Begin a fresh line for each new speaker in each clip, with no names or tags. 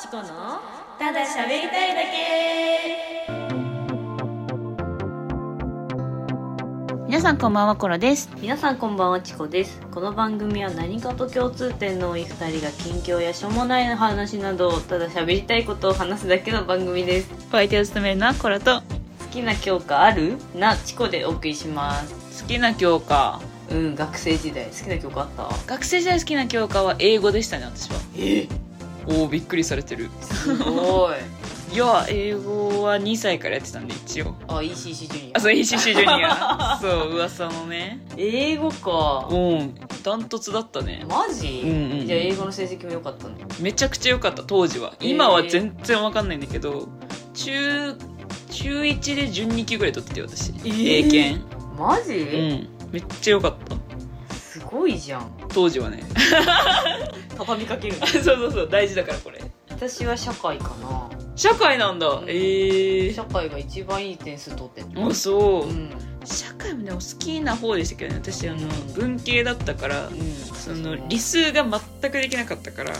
チコのただ喋りたいだけ
皆さんこんばんはコロです
皆さんこんばんはチコですこの番組は何かと共通点の多い2人が近況やしょうもない話などただ喋りたいことを話すだけの番組です
お相手を務めるのはコロ
好
と
きな教科あるなチコでお送りします
好きな教科
うん学生時代好きな教科あった
学生時代好きな教科は英語でしたね私は
え
おおびっくりされてる
すごい
いや英語は2歳からやってたんで一応
あ ECC ジュニ
あそう ECC ジュニア そう噂のね
英語か
うんダントツだったね
マジ、
うんうん
じゃあ英語の成績も良かったね
めちゃくちゃ良かった当時は今は全然わかんないんだけど中中1で12級ぐらい取ってて私
ー
英検
マジ、
うんめっちゃ良かった
すごいじゃん
当時はね
畳みかける
そうそうそう大事だからこれ
私は社会かな
社会なんだ
ん
ええ
社会が一番いい点数取ってる
あそううん社会もでも好きな方でしたけどね私あの文系だったから
うん
その理数が全くできなかったから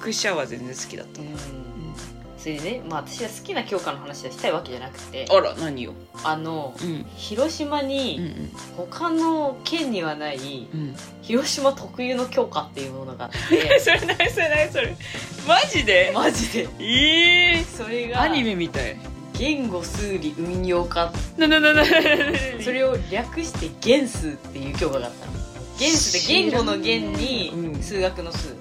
国社は全然好きだった
うんそれでね、まあ、私は好きな教科の話はしたいわけじゃなくて
あら何よ
あの
うん
広島
うんう
に
ん
他の県にはない
うん
広島特有の教科っていうものが あって
それ何それ何それマジで
マジで
ええ
それが
アニメみたい
言語数理運用科
ななななな
それを略して元数っていう教科があったの元数って言語の元
うん
に数学の数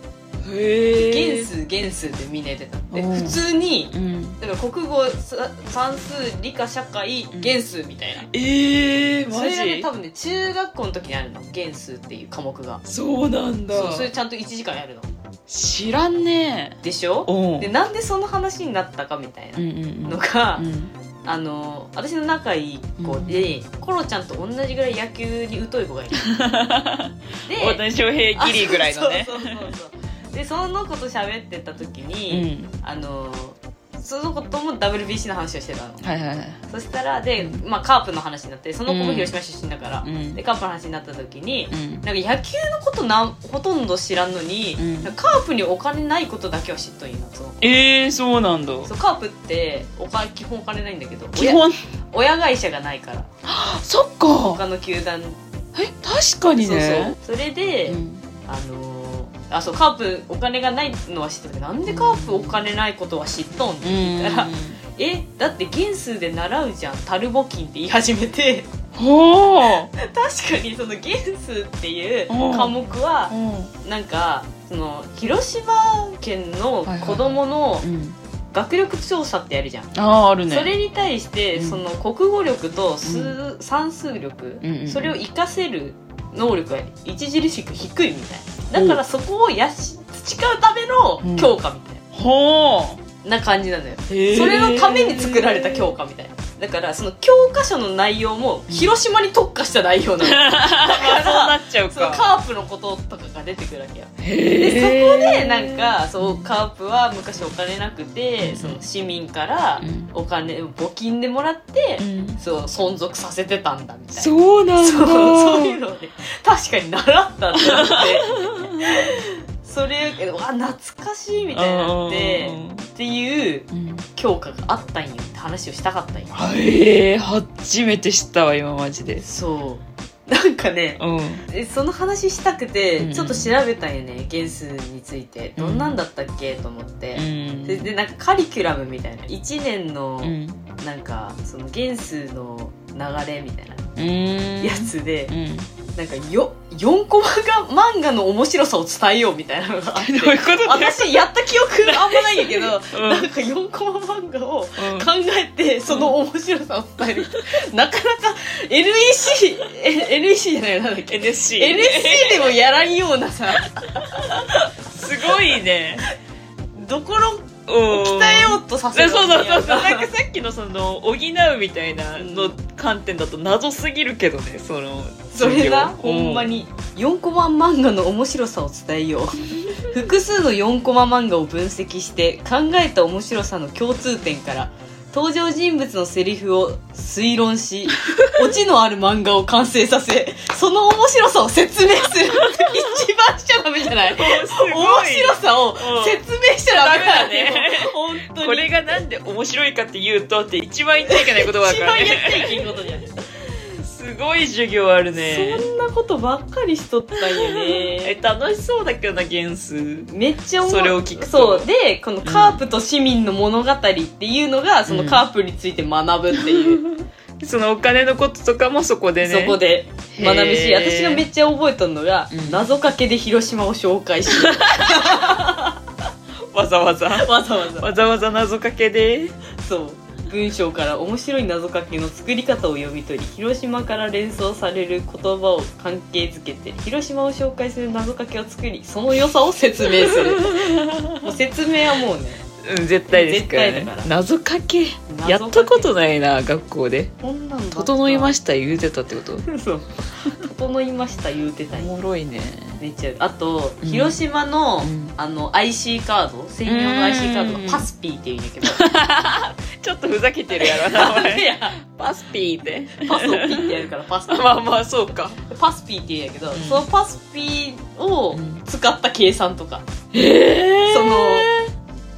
へ
元数元数ってみんな言ってたで
うん
普通に
うん
だから国語さ算数理科社会
うん
元数みたいな、
ええ
そ
マ
れがね
ジ
多分ね中学校の時にあるの元数っていう科目が
そうなんだ
そうそれちゃんと1時間やるの
知らんね
でし
え
ょ
お
でなんでその話になったかみたいな
うんうんうん
のが、
うん
あの私の仲いい子で、コロちゃんと同じぐらい野球に疎い子がい る
大
で
谷翔平ギリぐらいのね
あそうそうそうそうでその子と喋ってた時に、あのその子とも WBC の話をしてたの
うんはいはいはい
そしたらで、まあ、カープの話になってその子も広島出身だから、
うん
でカープの話になった時に
うん
なんか野球のことなんほとんど知らんのに、
うん
なんかカープにお金ないことだけは知っとんやなその子
えー、そうなんだ
そうカープってお金基本お金ないんだけど
基本
親親会社がないから
そっか
他の球団
え確かにね
そうそうそれで、
うん
あのーあそうカープお金がないのは知ってたけどなんでカープお金ないことは知っとんって聞いたら「えだって元数で習うじゃんタルボ金」って言い始めて
ほー
確かにその元数っていう
うん
科目は
う
なんかその広島県の子どもの
ん
学力調査ってやるじゃん、
あーあるね
それに対して
うん
その国語力と数、算数力、
うんうん
それを活かせる能力が著しく低いみたいなだからそこをやし培うため
うん
の教科みたい
ほ
な,、な感じなのよ
ーへー
それのために作られた教科みたいなだからその教科書の内容も広島に特化した内容な の、だ
まあそうな
から
っちゃう
その
か
カープのこととかが出てくるわけよ
へ
でそ
ー
こでなんかそうカープは昔お金なくてその市民から
うん
お金を募金でもらって
うん
そう存続させてたんだみたいな
そうなんだ
そうそういうので確かに習ったってなってそれうわ懐かしいみたいになってっていう
うん
教科があったんよって話をしたかったんよ
あえー、初めて知ったわ今マジで
そうなんかね
うん
えその話したく
うん
てちょっと調べたんよね原数についてどんなんだったっけと思って
う
で
ん
でなんかカリキュラムみたいな1年の
うん
なんかその原数の流れみたいな
うん
やつで、
うん
なんかよ4コマが漫画の面白さを伝えようみたいなのがあって
どういうことだよ
私やった記憶あんまないんやけど、
うん
なんか4コマ漫画を
うん
考えてその面白さを伝える、なかなか NEC え NEC じゃないなんだっけ
NSC
NEC でもやらんようなさ
すごいね
どころ
鍛
を鍛えようとさせ
そう
る
そうそうそうなんかさっきのその補うみたいな
う
の
んなん
観点だと謎すぎるけどねその
それな
授業
ほんまに4コマ漫画の面白さを伝えよう 複数の4コマ漫画を分析して考えた面白さの共通点から登場人物のセリフを推論 しオチのある漫画を完成させその面白さを説明する 一番しちゃダメじゃない
うんすごい
面白さを説明しちゃダメだねに
これがなんで面白いかって言うとって一番言っちゃいけない言葉だ
一
から
番やっ
ね
ちゃいけんことじ ゃん、
すごい授業あるね
そんなことばっかりしとったんよね
え楽しそうだけどなゲンス
めっちゃおも
それを聞くと
そうでこの「カープと市民の物語」っていうのが、そのカープについて学ぶっていう、
そのお金のこととかもそこで
そ
ね
こで学ぶし
へー
私がめっちゃ覚えとんのが、
うん
謎かけで広島を紹介 し
わざわざ
わざわざ
わざわざ謎かけで
そう文章から面白い謎かけの作り方を読み取り広島から連想される言葉を関係づけて広島を紹介する謎かけを作りその良さを説明する もう説明はもうね
うん絶対ですから,、ね、
絶対だから
謎かけ
謎かけ
やったことないな学校で
こんなん
「整いま
し
した」言うてたってこと
たそう整いました言うてた
お
んよ
もろいね
めっちゃあと、
うん
広島の,、
うん
あの IC カード専用の IC カードがパスピーっていうんやけど
ちょっとふざけてるやろ なお
い
前
や
パスピーって
パスをピーってやるからパスピー
まあまあそうか
パスピーって言うんやけど、
ん
そのパスピーを使った計算とか、
え
その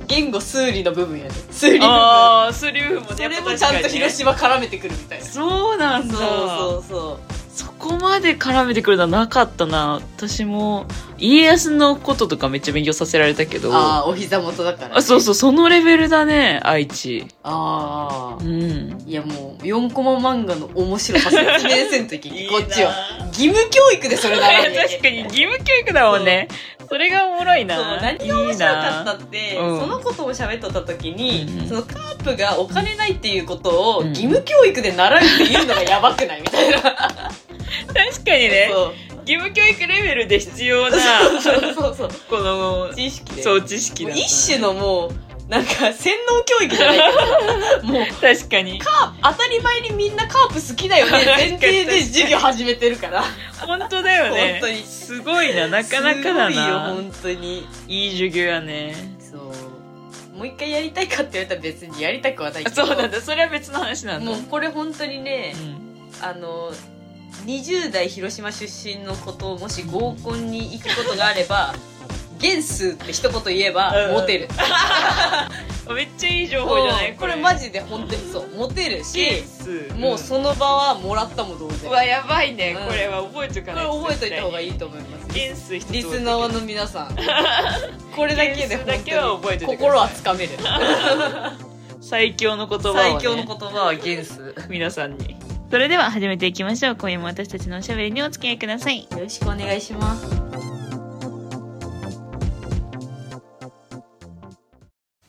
言語数理の部分やね数理部分
ああスリーフも
そ
ね
れもちゃんと広
島
島絡めてくるみたいな、
そうなんだ
そうそう
そこまで絡めてくるのはなかったな私も家康のこととかめっちゃ勉強させられたけ
そう
ど
ああお膝元だから、ね、
あそう
う
そうそのレベルだね愛知
ああ
うん
いやもう4コマ漫画の面白さ説明せんといけん
いいな
こっちは義務教育でそれならん
い
ね
や確かに義務教育だもんねそれがおもろいな
そう何が面白かった
いいな
って
うん
そのことを喋っとった時に、
うんうん
そのカープがお金ないっていうことを
うん
義務教育で習うっていうのがやばくないみたいな
確かにね
そう
義務教育レベルで必要
そ
な
うそう そう
この
知識で
そう知識
も
だ
う
な
一種のもうなんか洗脳教育じゃないけど もう
確かに
当たり前にみんなカープ好きだよね前提で授業始めてるから
本当だよね
本当に
すごいななかなかだ
すごい
な
よ本当に
いい授業やね
そうもう一回やりたいかって言われたら別にやりたくはないけ
あ
ど
そうなんだそれは別の話なんだ
もうこれ本当にね、
うん
あの20代広島出身のことをもし合コンに行くことがあれば「元数」って一言言えば
うん
モテる、
あめっちゃいい情報じゃない
うんこれマ
ジ
ジで本当にそうモテる
ケ
し
ー、ス
もうその場はもらったも同然
う
これ
わやばいね
うん
これは覚えとかない
覚えといた方がい
い
いと思います
ケース一つ
リスナーの皆 さんこれだけで
元数だけは
本当
覚え
に
ておいてください
心はつかめる
最強の言葉を、ね、
最強の言葉は元数よ
皆さんにそれでは始めていきましょう今夜も私たちのおしゃべりにお付き合いください
ろしくお願いします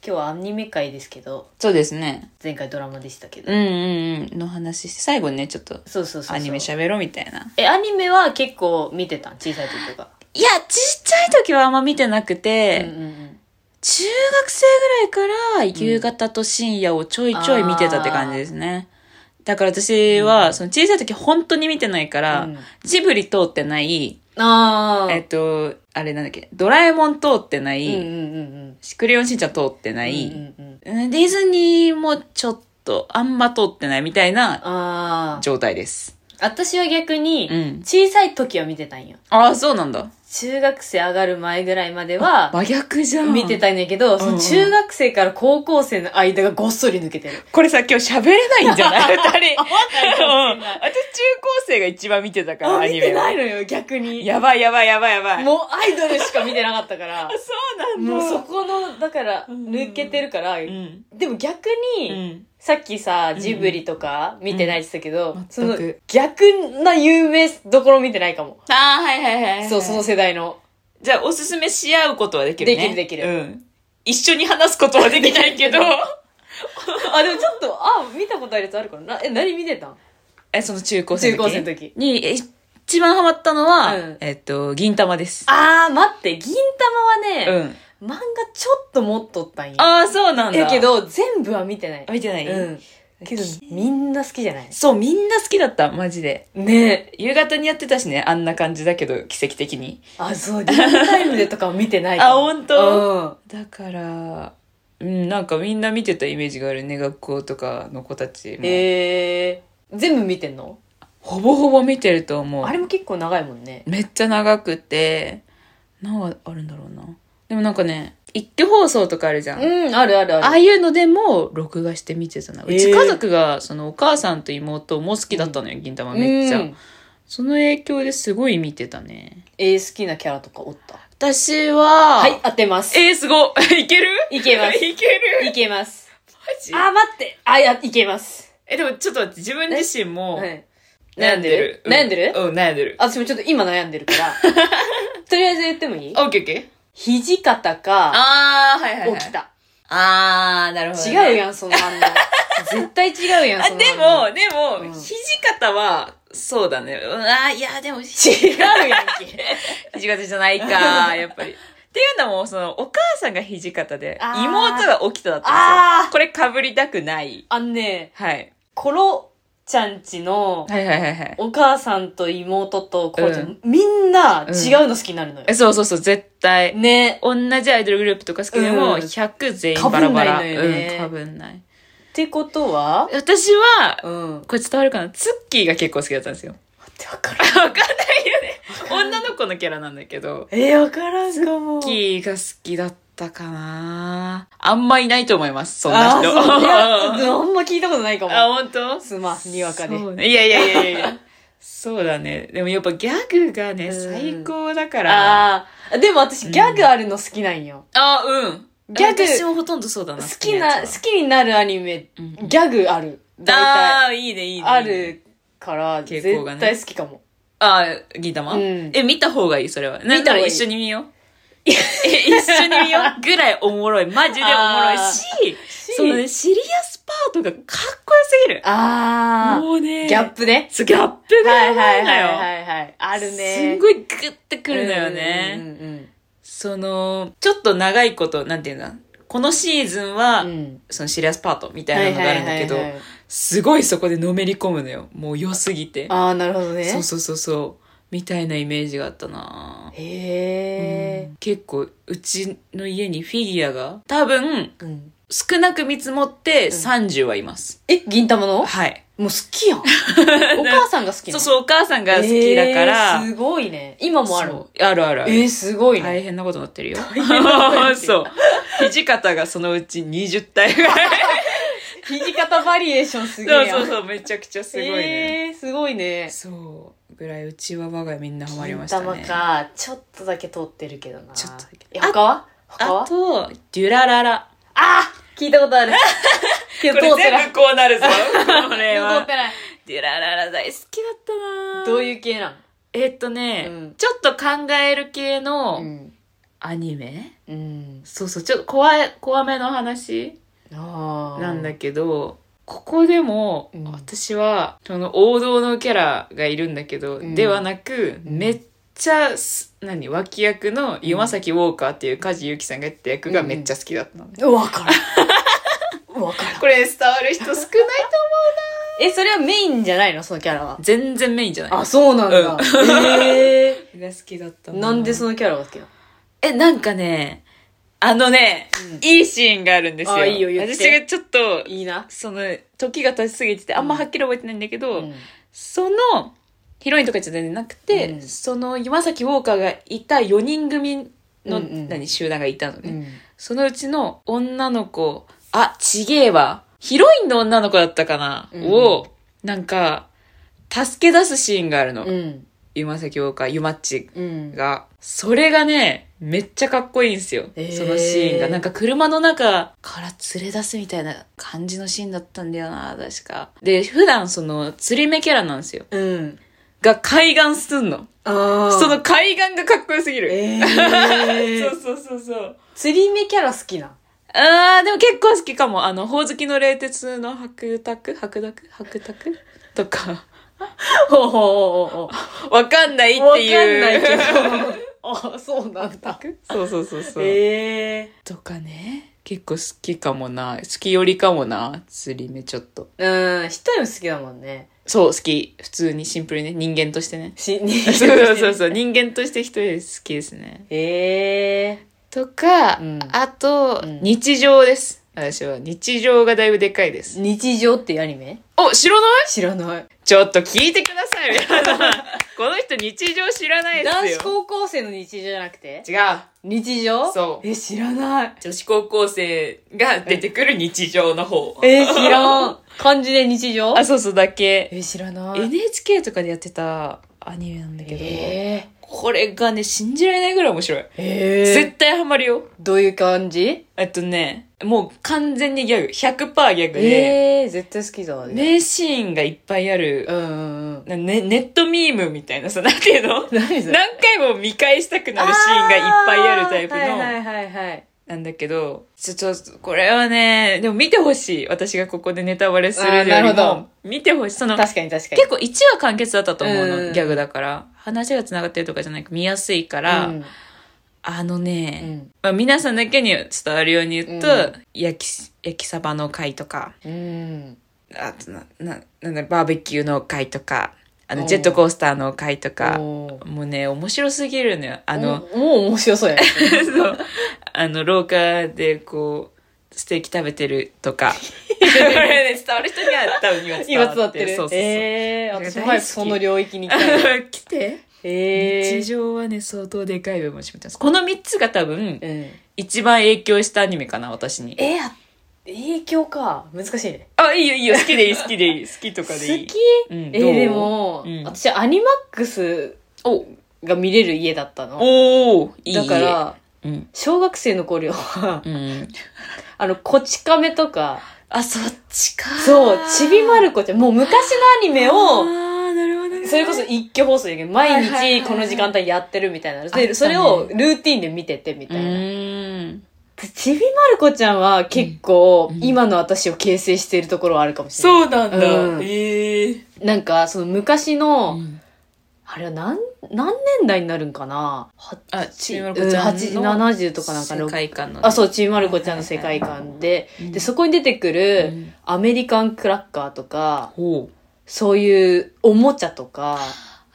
今日はアニメ会ですけど
そうですね
前回ドラマでしたけど、
うんうんうんの話して最後にねちょっと
そうそうそうそう
アニメしゃべろうみたいな
えアニメは結構見てたん小さい時とか
いやちっちゃい時はあんま見てなくて、
うんうんうん
中学生ぐらいから夕方と深夜をちょいちょい見てたって感じですね、だから私はその小さい時本当に見てないから、
うん
ジブリ通ってない、
ああ
えっとあれなんだっけドラえもん通ってな
うん
い、
うんうんうん
クレヨンしんちゃん通ってない、
うんうんうん、
うんディズニーもちょっとあんま通ってないみたいな
ああ
状態です。
私は逆
う
に
ん。
小さい時は見てたんよ
ああ、そうなんだ。
中学生上がる前ぐらいまでは
真逆じゃん。
見て。たんやけど、
ん
その中学生から高校生の間がごっそり抜けてる。
これさ、今日喋れないんじゃ ない二人。うん。私、中
あ、
高生が一番見てたから、アニ
見て
メを
ないのよ、逆に。
やばいやばいやばいやばい。
もうアイドルしか見てなかった から。
そうなんだ。
もうそこの、だから、抜けてるから、
うん。
でも逆
う
に、
ん。
さっきさ、ジブリとか見てないって言ったけど、
うん
その
全く、
逆な有名どころ見てないかも。
ああ、はいはいはいはい。
そう、その世代の。
じゃあ、おすすめし合うことはできるね。
できるできる
うん。一緒に話すことはできないけど、
あ、でもちょっと、あ、見たことあるやつあるからな。え、何見てたん
え、その中高生
中
の時
高生の時
に、え一番ハマったのは、
うん
えっと、銀玉です。
あー、待って、銀玉はね、
ん。
漫画ちょっと持っとったんや。
ああ、そうなんだ。
え、け、ど、全部は見てない。
見てない、
うん。
けど、
みんな好きじゃない
そう、みんな好きだった、マジで。
ねえ。
夕方にやってたしね、あんな感じだけど、奇跡的に。
あ、そう、リアルタイムでとかは見てない から。
あほんと
うん。
だから、うん、なんかみんな見てたイメージがあるね、学校とかの子たちも。
えー、全部見てんの
ほぼほぼ見てると思う。
あれも結構長いもんね。
めっちゃ長くて、何話あるんだろうな。でもなんかね、一挙放送とかあるじゃん。
うん、あるある
あ
あ
あ
る。
いうのでも録画して見てたな。うち
えー
家族が、そのお母さんと妹も好きだったのよ、銀玉めっちゃ。
うん
その影響ですごい見てたね。
えー好きなキャラとかおった
私は、
はい、当てます。
えー、すごい。い ける
いけます
いける
いけます。
マジ
あ、待って。あ、いや、いけます。
え、でもちょっと待って、自分自身も、
はい。
悩んでる。
悩んでる
うん、うん悩んでる。
私もちょっと今悩んでる から。とりあえず言ってもいい
オッケーオッケー。
肘肩か、
あー、はいはい、はい。
起き。た。
あー、なるほど、ね。
違う
ん。
やん、その 反応。絶対違うやん、
あ、
そ
で
の反応。
も、でも、
うん
肘肩は、そうだね。うんあー、いや、でも、
違
肘
うやんけ。
肘肩じゃない か、やっぱり。っていうのも、その、お母さんが肘肩で
あ、ー
妹が起きただったん
あ
ですよ。これ被りたくない。
あんね、
はい。
コロちゃんちの、
はいはいはいはい。
お母さんと妹とコロちゃん、
う
みんな違うの好きになるのよ
え。そうそうそう、絶対。
ね。
同じアイドルグループとか好きでも、
うん
100全員バラバラ。
被んないのよね
うん、被んない。
ってことは、
私は、
うん。
これ伝わるかなツッキーが結構好きだった んですよ。
待って、わからん。
わかんないよね。女の子のキャラなんだけど、
えー、わからんかも。
ツッキーが好きだったかなあんまいないと思います、そんな人。
あ ーそういやでもあんま聞いたことないか
あ、
も。
本当
すまん、にわかで。
そうねいやいやいやいやいや。そうだね。でもやっぱギャグが
う
ね、
ん
最高だから。あ
ああ。でも私、ギャグあるの好きなんよ。
あ、うん。
ギャグ
私もほとんどそうだな。
好きな、
や
好
つは
きになるアニメ、
うん
ギャグある。大体。
ああ、いいね、いいね。
あ。るから、
傾向が
絶
ね
対好きかも。
ああ、銀玉、
うん
え、見た方がいい、それは。
見
見
た
た
方が
ら
いい
一緒に見よう。え一緒に見ようぐらいおもろい。マジでおもろいし、
し
そのね、シリアスパートがかっこよすぎる。
あ
もうね、
あ。ギャップね。
そうギャップが
は
や
い
ば
はいい
の
はい
よ。
はいはい。あるね。
すんごいグッてくるのよね。
うんうん
その、ちょっと長いこと、なんていうんだこのシーズンは、
うんうん。
そのシリアスパートみた
はいい
な
は
の
い
があ
は
る
い
んだけど、
はい。
すごいそこでのめり込むのよ。もう良すぎて。
ああ、なるほどね。
そうそうそうそう。みたいなイメージがあったな
へえ
う。ん結構、うちの家にフィギュアが、多分、
うん
少なく見積もって30はいます。
え、銀玉の
はい。
もう好き やん。お母さんが好きな
そ
の
うそう、お母さんが好きだから。
えーすごいね。今もある
そう。あるあるある。
えー、すごい
大
ね。
変なことになってるよ。
変なことになってる
そう。土方がそのうち20体ぐらい。
肘方バリエーション すげえ
そう
やん。
そうそう、めちゃくちゃすごいね。
えー、すごいね。
そう。ぐらい、うちは我が家みんなハマりま
銀
した
玉
ね。
か。ちょっとだけ通ってるけどな。
ちょっとだけ
え他は他
あ
は
と、デュラララ。
あ聞いたことあ る。け
こ
ど通っ
れ
てない。
全部こうなるぞ。 これ
通っ
は
て。ない。
デュラララ大好きだったな
どう
う
いう系な
えっとね、
うん
ちょっと考える系
のう
の
ん。
アニメ、
うん。
そうそう、ちょっと怖い、怖めの話
ああ。
なんだけど、ここでも、
うん
私は、その王道のキャラがいるんだけど、
うん
ではなく、
うん
めっちゃす、何、脇役の岩崎ウォーカーっていう梶裕貴さんがやった役がめっちゃ好きだったのね。
わから ん。わからん。
これ伝わる人 少ないと思
え、それはメインじゃないのそのキャラは
う。。全然メインじゃない。
あ、そうなんだ。ええ
が好きだった
ー。 なんでそのキャラが好きなの
え、なんかね、あのね、
うん
いいシーンがあるんですよ。
あいいよ言って
私がちょっと、
いいな。
その、時が経ちすぎてて、あんまはっきり覚えてないんだけど、
うん
その、ヒロインとかじゃ全然なくて、
うん
その岩崎ウォーカーがいた4人組の、
うんうん
何、集団がいたのね。
うん
そのうちの女の子、あ、ちげえわ。ヒロインの女の子だったかな、
うん
を、なんか、助け出すシーンがあるの。
うん。
岩崎ウォーカー、ゆまっち
うん。
が、それがね、めっちゃかっこいいんですよ。
えー
そのシーンが。なんか車の中から連れ出すみたいな感じのシーンだったんだよな、確か。で、普段その釣り目キャラなんですよ。
うん。
が海岸すんの。
ああ。
その、海岸がかっこよすぎる。
え
そ
ー
うそうそうそう。
釣り目キャラ好きな。
あー、でも結構好きかも。あの、ほおずきの冷徹の白濁白濁白濁とか、
ほうほうほうほ
わかんないっ
う。わか
て
んない
いう。
け ど。あ、そうなんだ。
そうそうそうそう。
ええ
とかね結構好きかもな好きよりかもな釣り目ちょっと
ー。うん。一人も好きだもんね。
そう好き普通にシンプルにね人間としてね
し、
そうそうそう
う。
そう人間として一人好きですね
ええ
とか、
うん
あと、
うん
日常です私は日常がだいぶでかいです
日常っていうアニメ
お知らない
知らない。
ちょっと聞いてください皆さん ここの人日常知らない
男
です
子
よ。
高校生の日常じゃなくて
違う。
日常
そう
え、知らない。
女子高校生が出てくる日常の方。
えー、知らん。漢字で日常
あ、そうそうだけ。
えー、知らない。
NHK とかでやってたアニメなんだけど、
え
これがね、信じられないぐらい面白い。
ー、えー
絶対ハマるよ。
どういう感じ
えっとね、もう完全にギャグ、100%ギャグで、
えー、絶対好きだわね。
名シーンがいっぱいある、
うんうんうん。
なね、ネットミームみたいなさ、なんていうの
何それ
何回も見返したくなるシーンがいっぱいあるタイプ
あーは
の、
いはいはいはい。
なんだけど、ちょ、ちょ、これはね、でも見てほしい。私がここでネタバレするよ
あーな
り
るほど
も、見てほしい。その、
確かに確かに。
結構1話完結だったと思うの、
うん
ギャグだから。話が繋がってるとかじゃなく見やすいから、
うん
あのね、
うん
まあ、皆さんだけに伝わるように言うと、
うん
焼き、焼きサバの会とか、
うん。
あとな、な、なんだろうバーベキューの会とか、あ
お
の、
う
ジェットコースターの会とか、
おー
もうね、面白すぎるのよ。あの、
おもう面白そうやね。
そう、 あの、廊下でこう、ステーキ食べてるとか。これね、伝わる人には多分今 伝
今
わってる。
伝わってる。
そうそうそう。
えー、
なんか
私
大好き
も早くその領域に行きた い。
来て。
え
日
ー。
常はね、相当でかい部分を占めてます。この3つが多分
う、ん。
一番影響したアニメかな、私に。
えや、影響か。難しいね。
あ、いいよいいよ、好きでいい、好きでいい、好きとかでいい。
好き
うん
え
どう
ー、でも、
うん
私アニマックス
お、
が見れる家だったの。
おー、いい。
だか、ら、
うん。
小学生の頃は、
うん。
あの、こち亀とか、
あ、そっちか。
そう、ちびまる子ちゃん、もう昔のアニメ
を、あ
を、
ー、なるほどね。
それこそ一挙放送で毎
はいはいはい
日
はい
この時間帯やってるみたいな。
たね
で、それをルーティンで見ててみ
う
たいな。
ーん。
ちびまる子ちゃんは結構
うんうん
今の私を形成しているところはあるかもしれない。
そうなん
う
だ。
ん
ええ。
なんか、その昔の、
うん
あれは何、何年代になるんかな
あ、ちびまる子
うん
ちゃんの。
80 70とかなんか
世
の。
界観のね。
あ、そう、ちびまる子ちゃんの世界観で、
うん。
で、そこに出てく
う
る
ん。
アメリカンクラッカーとか、
ほう。
そういうおもちゃとか、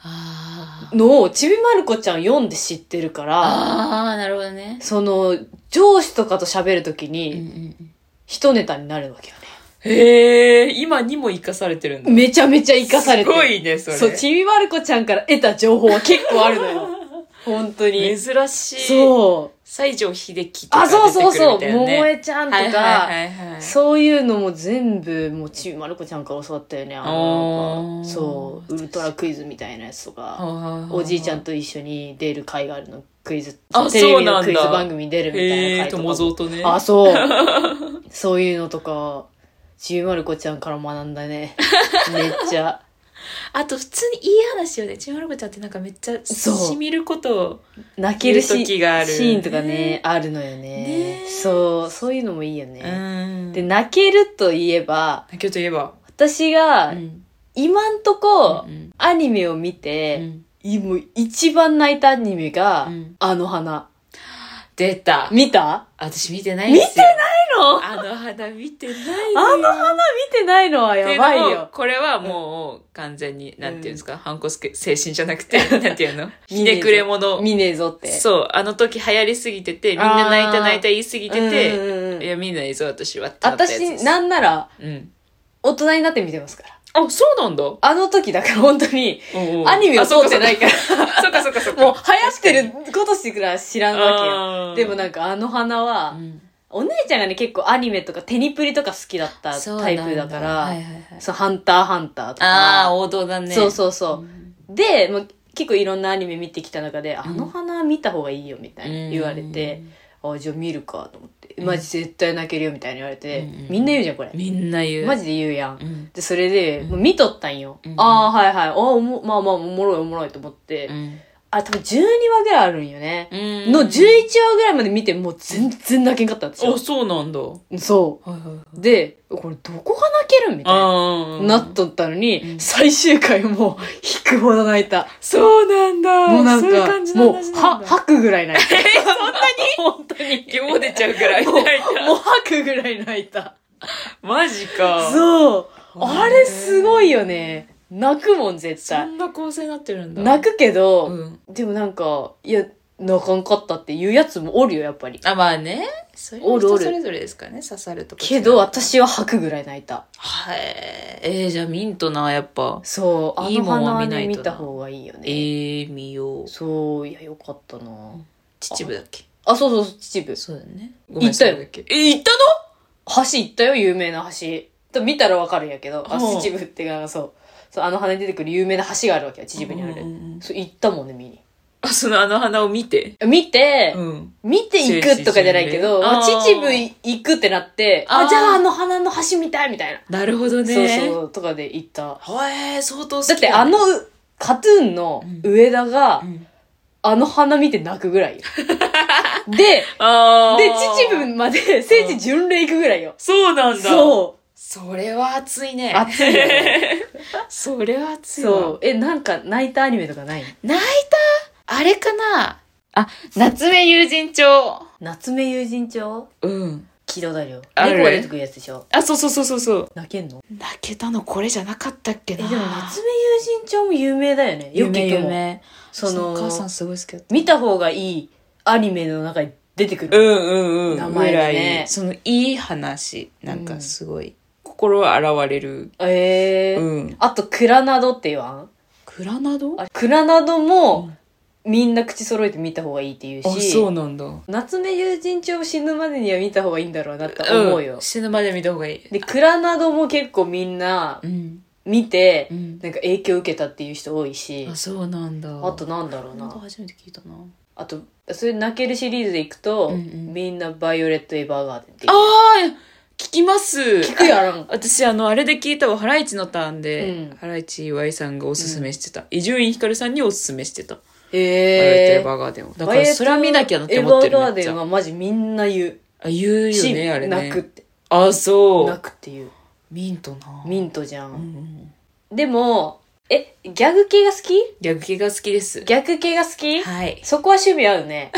あー。
のをちびまる子ちゃん読んで知ってるから、
あー、なるほどね。
その、上司とかと喋るとき
うんうん
に、
うん。
一ネタになるわけよ
へえ、今にも生かされてるんだ。
ね。めちゃめちゃ活かされて
すご
る。
いね、それ。
そう、ちびまる子ちゃんから得た情報は結構あるのよ。 本当に。
珍しい。う。
そう。
西城秀樹とか
あ、
出てくる
そう
みたいな、ね。
そうそう。桃江ちゃんと
はい
か、
はいはいはい、
そういうのも全部、もうちびまる子ちゃんから教わったよね。あの、なん
おー
かそう、ウルトラクイズみたいなやつとか、お
お
じいちゃんと一緒に出る会があるの。クイズ
あ、
テレビ
そうな
の
んだ
クイズ番組に出るみたい
へ
な
え、
会とか
友
も
蔵とね。
あ、 そう。そういうのとか、ちびまる子ちゃんから学んだね。めっちゃ。
あと、普通にいい話よね。ちまる子ちゃんってなんかめっちゃ
そう
しみることを。
泣けるし
言う時がある
シーンとかね、あるのよね
ねえ
そう、そういうのもいいよ
う
ね。
ん。
で、泣けるといえば、
今日といえば。
私
う
が
ん。
今んと
う
こ、
ん。
アニメを見
う
て、
ん
いもう一番泣いたアニメが
うん、
あの花。
出た。
見た
私見てないんですよ。
のあ
あの花見てないよ。
の花見てないのはやばい
ってうのも
よ。
これはもう完全に、なんていうんですか、反骨精神じゃなく て、なんていうの
見
ひ
ねえぞ
ねくれ者。
見ねえぞって。
そう、あの時流行りすぎてて、みんな泣いた泣いた言いすぎて
うん
て、
うんうん
いや、見ないぞ、私は。ってなったやつで
私、
す
なんなら、
うん。
大人になって見てますから。
あ、そうなんだ。
あの時だから本当に、
おうおう
アニメを通ってないから、
あそっかそっかそっか。
もう流行ってることしか知らんわけ
あ
よ。
ー
でもなんかあの花は、
うん
お姉ちゃんがね結構アニメとかテニプリとか好きだった
そう
タイプだから、
なんだはいはいはい
そう、ハンターハンターと
ああ、
か、
王道だね。
そうそうそう。で、もう結構いろんなアニメ見てきた中で、あの花見た方がいいよみたいな言われて、あ、じゃあ見るかと思って、マジ絶対泣けるよみたいに言われて、
うんうん
みんな言うじゃんこれ。
みんな言う。
マジで言うやん。
うん。
で、それで、もう見とったんよ。
うん
ああ、はいはい。ああ、おも、まあまあ、おもろいおもろいと思って。
うん。
あ、多分12話ぐらいあるんよね。
うん
の11話ぐらいまで見て、もう全然泣けんかったんですよ
あ、。そうなんだ。はい
そ
はいはい。
う。で、これどこが泣けるんみたいな。
ああ。
なっとったのに、
うん
最終回もう、引くほど泣いた。
そうなんだ。
もうなん
そういう
か
感じ、
も
の
う、
話な
は、
んだ。
吐くぐらい泣いた。 本当に本
もう出ちゃうくらい
当に。もう、
泣いた
もう吐くぐらい泣いた。
マジか。
そう。
あー
あれすごいよね。泣くもん、絶
そ
対。
んな構成になってるんだ。
泣くけど、
うん。
でもなんか、いや、泣かんかったっていうやつもおるよ、やっぱり。
あ、まあね。それは
おるおる
人それぞれですからね、刺さるとか。
けど、。私は吐くぐらい泣いた。
はい。えー、じゃあミントな、やっぱ。
そう。あ
いい
の
もん
花
は
は
見な
ね、
いとな
見た方がいいよ
え
ね。
ー、見よう。
そう、いや、よかったな。
秩父だっけ
あ、そうそうそう、秩父。
そうだよね。ご
行ったよ
それだけえ、行ったの
橋行ったよ、有名な橋。多分見たらわかるんやけど、あ、
うん
秩父っていうか、そう。そう、あの花に出てくる有名な橋があるわけよ、秩父にある
うんうんうん。
そう、行ったもんね、見に。
あ、そのあの花を見て。
見て、
ん。
見て行くとかじゃないけど、
聖地巡礼
まあ
あー
秩父行くってなって、あ
あー
じゃああの花の橋見たいみたいな。
なるほどね。
そうそう、とかで行った。
へえ、相当好き
だってあの、カトゥーンの上田が、
うん
あの花見て泣くぐ らいよ。で、
あー
で、秩父まで聖地巡礼行くぐらいよ。
そうなんだ。う。
そ
それは熱いね。
熱いよね
それは熱
う。
いわ。
そう。え、なんか泣いたアニメとかない
泣いたあれかなあ、夏目友人帳。
夏目友人帳
うん。
聞いたことあるよ。
ある
猫が出てくるやつでしょ。
あ、そうそうそうそうそう。
泣けんの
泣けたのこれじゃなかったっけ
え、で
な
も夏目友人帳も有名だよね。よく聞くもん。
夢
その、
お母さんすごい好きだった。
見た方がいいアニメの中に出てく
う
る。
んうんうん。
名前でね
ぐらいそのいい話。なんかすごい。心は現れる。
ええー
うん。
あと、クラナドって言わん
グラナド
あれクラナドも、みんな口揃えて見た方がいいって言う
あ、
し、
そうなんだ。
夏目友人帳死ぬまでには見た方がいいんだろうなって思うよ。
ん死ぬまで見た方がいい。
で、クラナドも結構みんな
うん。
見て
う、ん。
なんか影響受けたっていう人多いし
あ、、そうなんだ。
あと、なんだろう
なんか
な。
初めて聞いたな。
あと、そういう泣けるシリーズでいくと、
うんうん
みんなバイオレット・エヴァーガーデンって
あ
いう
あ聞きます。
聞くやろ。
私、あの、あれで聞いたわ、ハライチのターンで、
うん
ハライチ岩井さんがおすすめしてた。伊集院光さんにおすすめしてた。バイオ
へ
レットエ
ー
ヴァーガーデンを。だから、それは見なきゃなって思ってる
エヴァーガー
めっ
デ
ち
ン
ゃ。
はマジみんな言う。
あ、言うよ
し
ね、あれ
泣くっ
ね。
て。
あ、そう
泣。くっていう。
ミントな。
ミントじゃ。
うんんうん
でも、え、ギャグ系が好き
逆気が好きです。
ギャグ系が好き
はい。
そこは趣味合うね。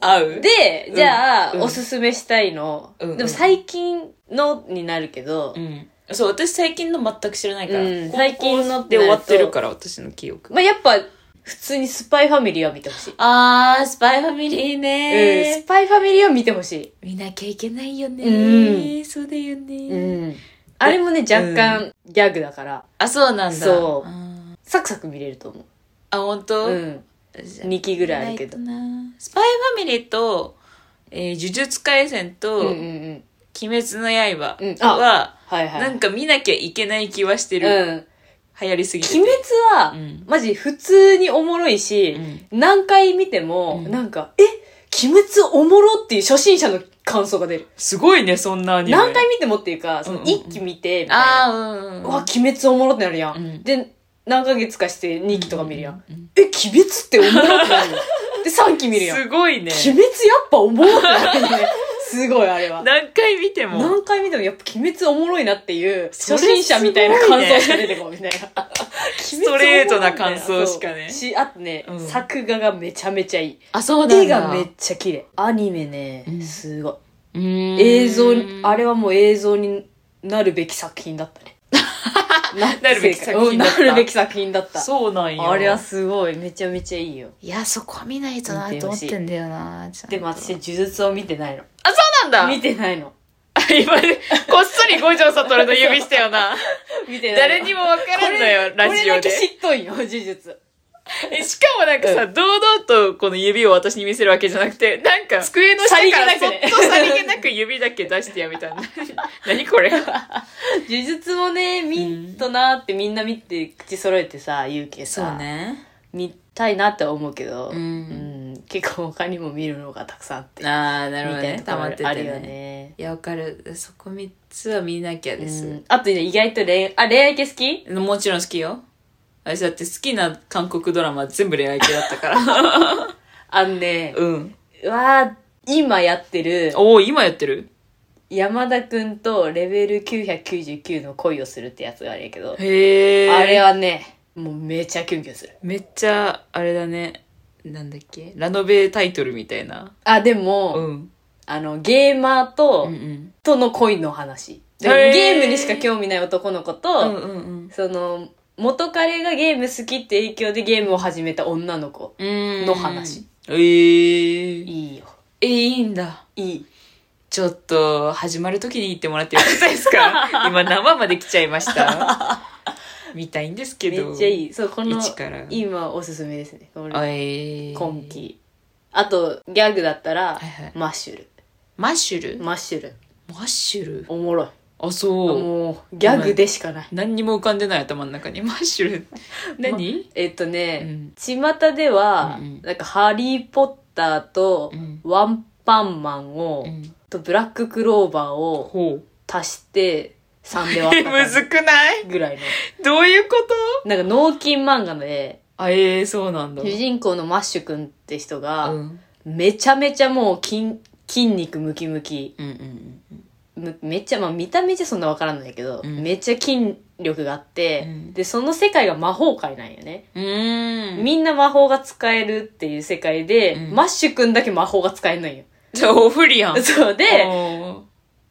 合う
で
う、ん
じゃあ、
うん
おすすめしたいの。
うん
でも最近のになるけど、
うん。そう、私最近の全く知らないから。
うん
高校
最近のってなる
で終
と
わってるから、私の記憶。
まあ、やっぱ、普通にスパイファミリーは見てほしい。
あー、スパイファミリー
うん、ス。パイファミリーは見てほし
見なきゃいけないよね。
う
そうだよ
い。
ね。
うん。あれもね、若干ギャグだから、
あ、そうなんだ。
そう
あー
サクサク見れると思
あ、本当？
う。うん。2期ぐらいあるけど。
見ないとなスパイファミリーと、えー、呪術廻
う
戦
ん
と、
うんうん。
鬼滅の刃
うんあ
は、
はいはい。
なんか見なきゃいけない気はしてる。
うん。
流行りすぎて
鬼滅は、
うん
マジ普通におもろいし、何回見ても、
うん
なんか、え鬼滅おもろっていう初心者の感想が出る。
すごいね、そんなアニメ。
何回見てもっていうか、その
うんうんうん
一期見て、みたいな。
あー、うんうん
うわ、鬼滅おもろってなるやん。
うん
で、何ヶ月かして2期とか見るやん。
うんうん
え、鬼滅っておもろってな るよ。で、3期見るやん。
すごいね。
鬼滅やっぱおもろってなるよね。 すごい、あれは。
何回見ても。
何回見てもやっぱ鬼滅おもろいなっていう、
それ
初心者みたいな
すご
感
いね
想しか出てこないみたいな。ス
トレートな感想しかね
し、あとね、
うん
作画がめちゃめちゃいい。
あ、そう
絵がめっちゃ綺麗。アニメね
う、ん
すごい。映
映
像、あれはもう映像になるべき作品だった ね。な
なるべき作品だった
うんなるべき作品だった。
そうなんよ。
あれはすごい、めちゃめちゃいいよ。
いや、そこは見ないとなと思ってんだよな。ちゃんと
でも私、、呪術を見てないの。
あ、そうなんだ
見てないの。
今、こっそり五条悟の指したよな。
見 てないの。
誰にもわからんのよ、ラジ
これ
オ
だけ
で。
知っとんよ、呪術。
えしかもなんかさ、堂々とこの指を私に見せるわけじゃなくて、なんか、机の下から
さりげ
そ
な
っ
くね
とさりげなく指だけ出してやみたいな。 何これ
呪術もね、ミントなーってみんな見て、口揃えてさ、言うけさ、
ね。
見たいなって思うけど、
うん
うん結構他にも見るのがたくさんあって、
ああ、な
みたいなところあるよ。ね。
いや、わかる。そこ3つは見なきゃ
うんあとね、意外と恋、あ、恋愛系好き
もちろん好きよ。私だって好きな韓国ドラマ全部恋愛系だったから。
あのね、
うん。
うわー、今やってる、
おお今やってる
山田くんとレベル999の恋をするってやつがあるんやけど、
へえ。
あれ。はね、もうめちゃキュンキュンする。
めっちゃ、あれだね。なんだっけラノベタイトルみたいな。
あ、で
う
も、
ん。
あの、ゲーマー
う
と、
んうん。
との恋の話。で
へー
ゲームにしか興味ない男の子
う
と、
んうんうん。
その、元彼がゲーム好きって影響でゲームを始めた女の子。
うん
の話。
えー、
いいよ
えいいんだ。
いい
ちょっと、始まる時に言ってもらってよかったです か今生まで来ちゃいました。見たいんですけ
め
ど。
っちゃ
い。
いいそうこの
一から
今おすすめですねこれ
えー、
今。期あとギャグだったら、
いはい
マッシュル
マッシュル
マッシュル
マッシュル
おもろい
あ、そう。
もうギャグでしかない
何にも浮かんでない頭の中に。マッシュル。何、
えっと
う
ね、
ん。
巷では、
うんうん
なんか「ハリー・ポッター」と
うん
「ワンパンマンを」
うん
と「ブラック・クローバー」を
ほう。
足して3で割
え、
った
む
感じ
ずくない
ぐらいの
どういうこ
なんか脳筋漫画の絵
とあ、えー、そうなんだ。
主人公のマッシュくんって人が、
うん。
めちゃめちゃもう筋筋肉ムキムキ
うんうんうん。
むめっちゃ、まあ、見た目じゃそんなわからんないけど、
うん
めっちゃ筋力があって、
うん
でその世界が魔法界なんよね、
うーん。
みんな魔法が使えるっていう世界で、
うん
マッシュくんだけ魔法が使えないよ。
じゃあ、おふりや ん。
そうで、
おー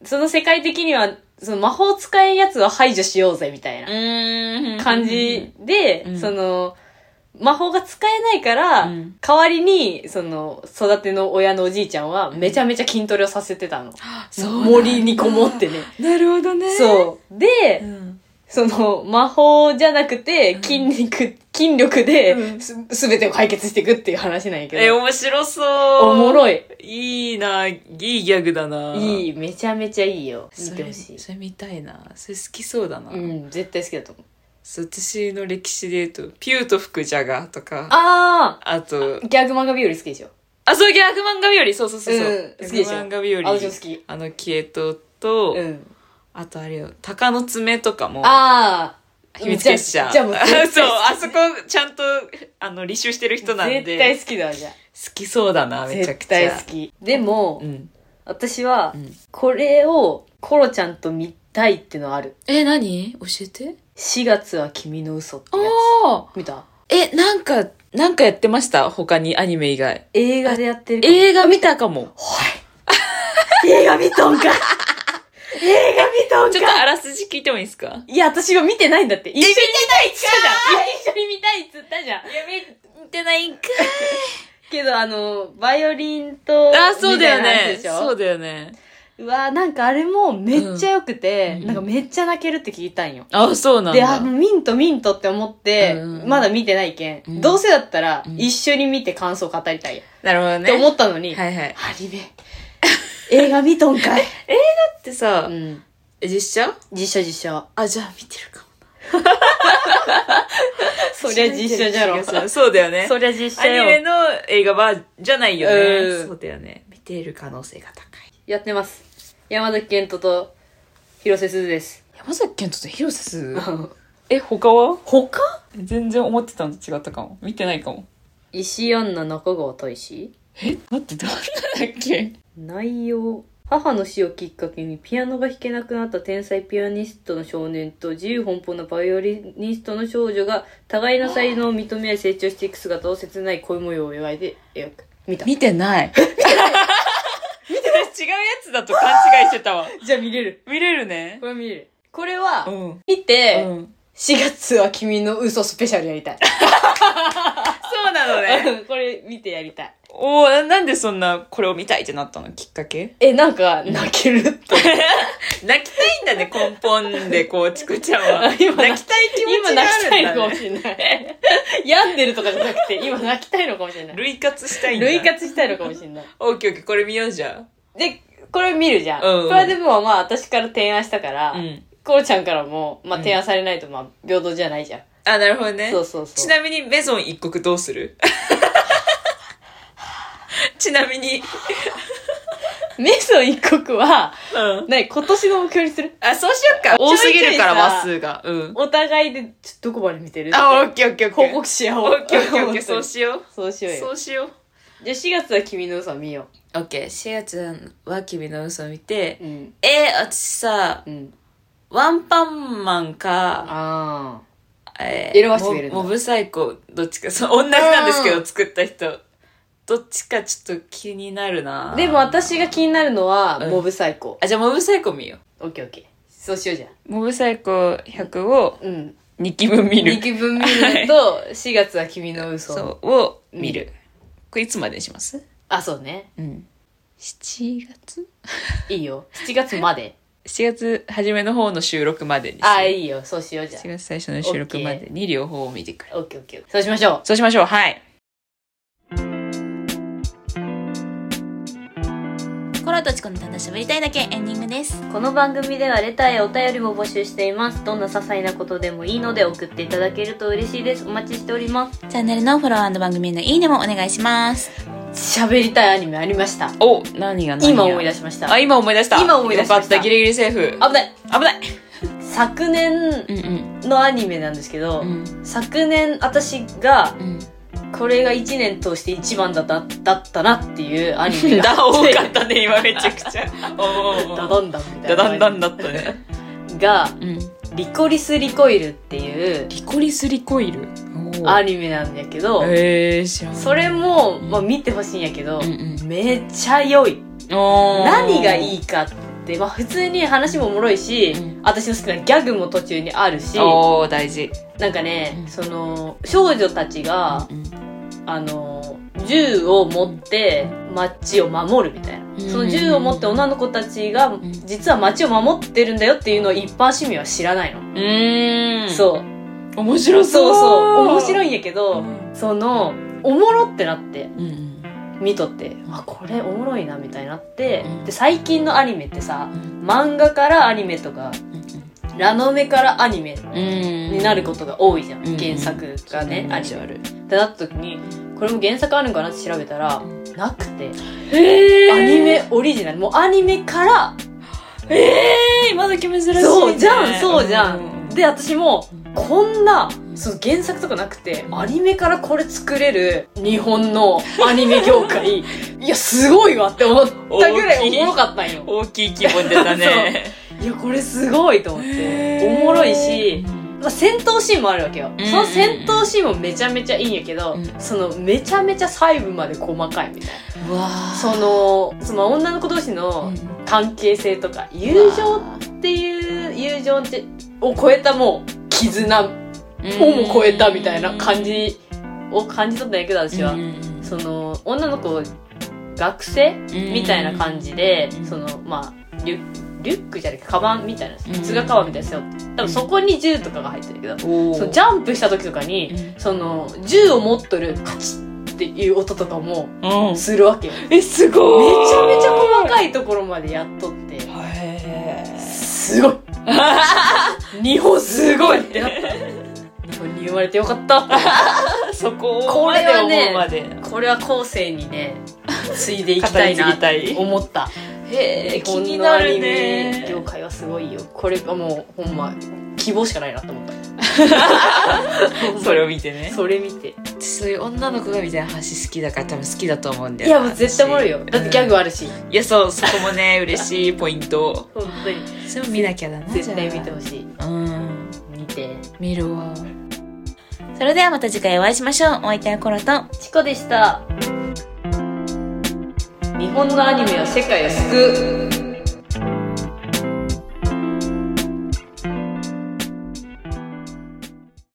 その世界的には、その魔法使えんやつは排除しようぜみたいな
う
感じで、
うん
その、魔法が使えないから、
うん
代わりに、その、育ての親のおじいちゃんは、めちゃめちゃ筋トレをさせてたの。森にこもって ね。
なるほどね
そう。で、
ん
その、魔法じゃなくて、筋肉、筋力
う
で
ん
す、すべてを解決していくっていう話なんやけど。
え面白そう
おもろい。
いいないいギャグだない
いい、めちゃめちゃいいよ。見
そ
て
れ
ほしい。
それ見たいなそれ好きそうだな、
うん、絶対好きだと思う。
そう私の歴史で言うと「ピューと吹くジャガー」とか
あ
あと
ーギャグ漫画日和好きでしょ。
あそうギャグ漫画日和そうそうそうそう、
うん好きでしょ
ギャグ漫画日和
あ私も好き
あのキエトと、
うん。
あとあれよ鷹の爪とかも
あー。
秘密結社
じゃあじゃあもう絶対好き
そうあそこちゃんとあの履修してる人なんで
絶対好きだわ、じゃあ。
好きそうだなめちゃ
絶
くちゃ
対好き。でも、
うん、
私は
う、ん、
これを、コロちゃんと見たいってのある。
え何教えて
4月は君の嘘ってや
ああ
つ。見た
えなんかなんかやってました他にアニメ以外
映画でやってるから
映画見たかも
映画見とんか映画見とん
ちょっとあらすじ聞いてもいいですか
いや、私は見てないんだって。一緒に見たいっつったじゃん。いや、一緒に見たいっつったじゃん。
見てないんか
けど、あの、バイオリンと、
あそうだよ
みたいな話
ね
でしょ
そうだよね
うわ、なんかあれもめっちゃ良くて、
うん
なんかめっちゃ泣けるって聞いたんよ。
あそうなん
で、あ、
だ
もうミントミントって思って、
うん
まだ見てないけん。
うん
どうせだったら、
うん
一緒に見て感想語りたいや、
なるほど
っ
ね
て思ったのに、
はいはい
アニメ、 映画見とんかい。
ってさ、
うん。
え実写
実写実写。
あじゃあ見てるかも
そりゃ実写じゃろ。
そうそうだよね
そりゃ実
ア
写
ニメ
よ。
の映画はじゃないよ
う
ね
ん
そうだよね見ている可能性が高い
やってます。山崎賢人と広瀬すずです。
山崎賢人と広瀬すず え他は
他
全然思ってたのと違ったかも見てないかも
石音の中川大志
え待ってどんなだっけ
内容母の死をきっかけにピアノが弾けなくなった天才ピアニストの少年と自由奔放なバイオリニストの少女が互いの才能を認め合い成長していく姿を切ない恋模様を描いて描く。見た。
見て ない見てない違うやつだと勘違いしてたわ
じゃあ見れる。
見れるね
これ見れる。これは、
ん
見て、
うん、
4月は君の嘘スペシャルやりたい。
そうなのね
これ見てやりたい。
おーななんでそんなこれを見たいってなったのきっかけ
え、なんか、泣けるって。
泣きたいんだね根本でこうちくちゃんは 泣 き
今
たい気持
今
ちが
泣きたい
あ
の
る
かも
んだね
しれない。 病んでるとかじゃなくて、今泣きたいのかもしれない。
類活したいんだ
類活したいのかもしれない。
オッケーオッケーこれ見ようじゃ
で、これ見るじゃん。
うんうん
これはでもまあ私から提案したから、
あうん
コロちゃんからも、まあ
うん
提案されないとまあ平等じゃないじゃん。
あなるほどね
そうそうそう。
ちなみにメゾン一国どうする ちなみに、
メソン一国は、
うん、
ね、今年の目標にする
あ、そうしよっか。
多
多
す
す
ぎ
ぎ
る
る
か
からら、
話
話
数
数が。うん。
お互いで、ちょどこまで見てる
あ、オッケーオッケーオッケ
報
ー。
告し合
オ
おう。
ッケーオッケーオッケー。そう
本
しよ
当 にそうしようよ。
う。そうしよう。
じゃあ4月は君の嘘見よ
オッケー。シアちゃんは君の嘘を見て
う。、うん。
えー、私さ、
うん。
ワンパンマンか、
あ
え
エロワシベルの
モモブサイコ、どっちか、そう、同じなんですけ
う
ど、作った人。どっちかちょっと気になるな
あ。でも、私が気になるのは、
うん
モブサイコ。
あ、じゃあモブサイコ見よ
オッケーオッケー。そうしようじゃん。
う。モブサイコ100を
うん。
2期分見
2。期分見るのと、4月は君の嘘
そう、を見る。これいつまでにします
あ、そうね。
うん。7月
いいよ。7月まで。
?7 月初めの方の収録までに
ああ、
い。
いいよ。そうしようじゃ
7月最初の収録までに両方を見てくれ。
あ。オッケーオッケー。そうしましょ
そうしましょう。はい。コロとチコのただ喋りたいだけエンディングです。
う。この番組ではレターやお便りも募集しています。どんな些細なことでもいいので送っていただけると嬉しいです。お待ちしております。
チャンネルのフォロー番組へのいいねもお願いします。
喋りたいアニメありました。
お、何が何
今
が
思い出しました。
あ、今思い出した。
今思い出しました
よかった、ギリギリセーフ。
危ない
危ない。
昨年
うんうん。
のアニメなんですけど、
うん
昨年私が
うん。
これが1年通して一番だっただったなっていうアニメが
だ、
あ
多
て
かったね、今めちゃく ちゃ。おお。
ダダンダンみたいな
だだんだんだったね。
が
うん。
「リコリス・リコイル」っていう
リコリスリコイル。
アニメなんだけど、
えー、知らん。
それも、まあ、見てほしいんやけど、
うんうん
めっちゃ良い
おー
何がいいかって、まあ、普通に話もおもろいし、
うん
私の好きなギャグも途中にあるし
おー、大事。
なんかね、
うん
その少女たちが、
うん
あの銃を持って街を守るみたいな、
うん
その銃を持って女の子たちが
ん
実は街を守ってるんだよっていうのを一般市民は知らないの、
うーん。
そう
う。面白
そ
そうう。
そう面白
い。
いんやけど、そのおもろってなって
うんうん。
見とってあこれおもろいなみたいになって、
うん
で最近のアニメってさ
うん
漫画からアニメとか
う
ラノベからアニメ
ん。
になることが多いじゃん、
うん
原作がね、ア
ア
ニ
ジ
メ
ある。
ってなった時にこれも原作あるんかなって調べたらなくて
え
アニメオリジナルもうアニメから
ええ今時珍しい、ね。
そうじゃんそうじゃ
ううん
んで私も
うん
こんなその原作とかなくてアニメからこれ作れる日本のアニ メ業界いやすごいわって思ったぐらいおもろかったんよ
大きい規模出たね。
いやこれすごいと思っておもろいし、まあ、戦闘シーンもあるわけよ
うん
その戦闘シーンもめちゃめちゃいいんやけど
うん
そのめちゃめちゃ細部まで細かいみたいな
うわー
そ、のその女の子同士
う
の
ん
関係性とか友情っていう友情ってを超えたもう絆をも超えたみたいな感じを感じ取ったんやけど私は、
うんうん
その女の子学生
うん
みたいな感じで、
うん
そのまあリュリュックじゃなくてカバンみたいな
うん
通学カバンみたいなやつよ多分そこに銃とかが入ってるけど、
おー
そのジャンプした時とかに、その銃を持っとるカチッっていう音とかも
うん
するわけよ
え、すごい
めちゃめちゃ細
い。
かいところまでやっとって
へー
すごい日本すごいってなった日本に生まれてよかった
そこを、
これはね
まで思うまで。
これは後世にね継いでいきたいな
語り継ぎ
と
たい
思った
へえ、
日
気
本
に
の
な
アニメ
るね。
業界はすごいよこれはもうほんま希望しかないなと思った
それを見てね。
それ見て
そういう女の子がみたいな話好きだから多分好きだと思うんだ
い
よな
やもう絶対おもろいよだってギャグあるし
いやそうそこもね嬉しいポイント
本当に
それも見なきゃだな
絶対見て
じ
ほしい
ゃあうん
見て
見るわそれではまた次回お会いしましょうお会いいたい頃と
チコでした日本のアニメは世界を救う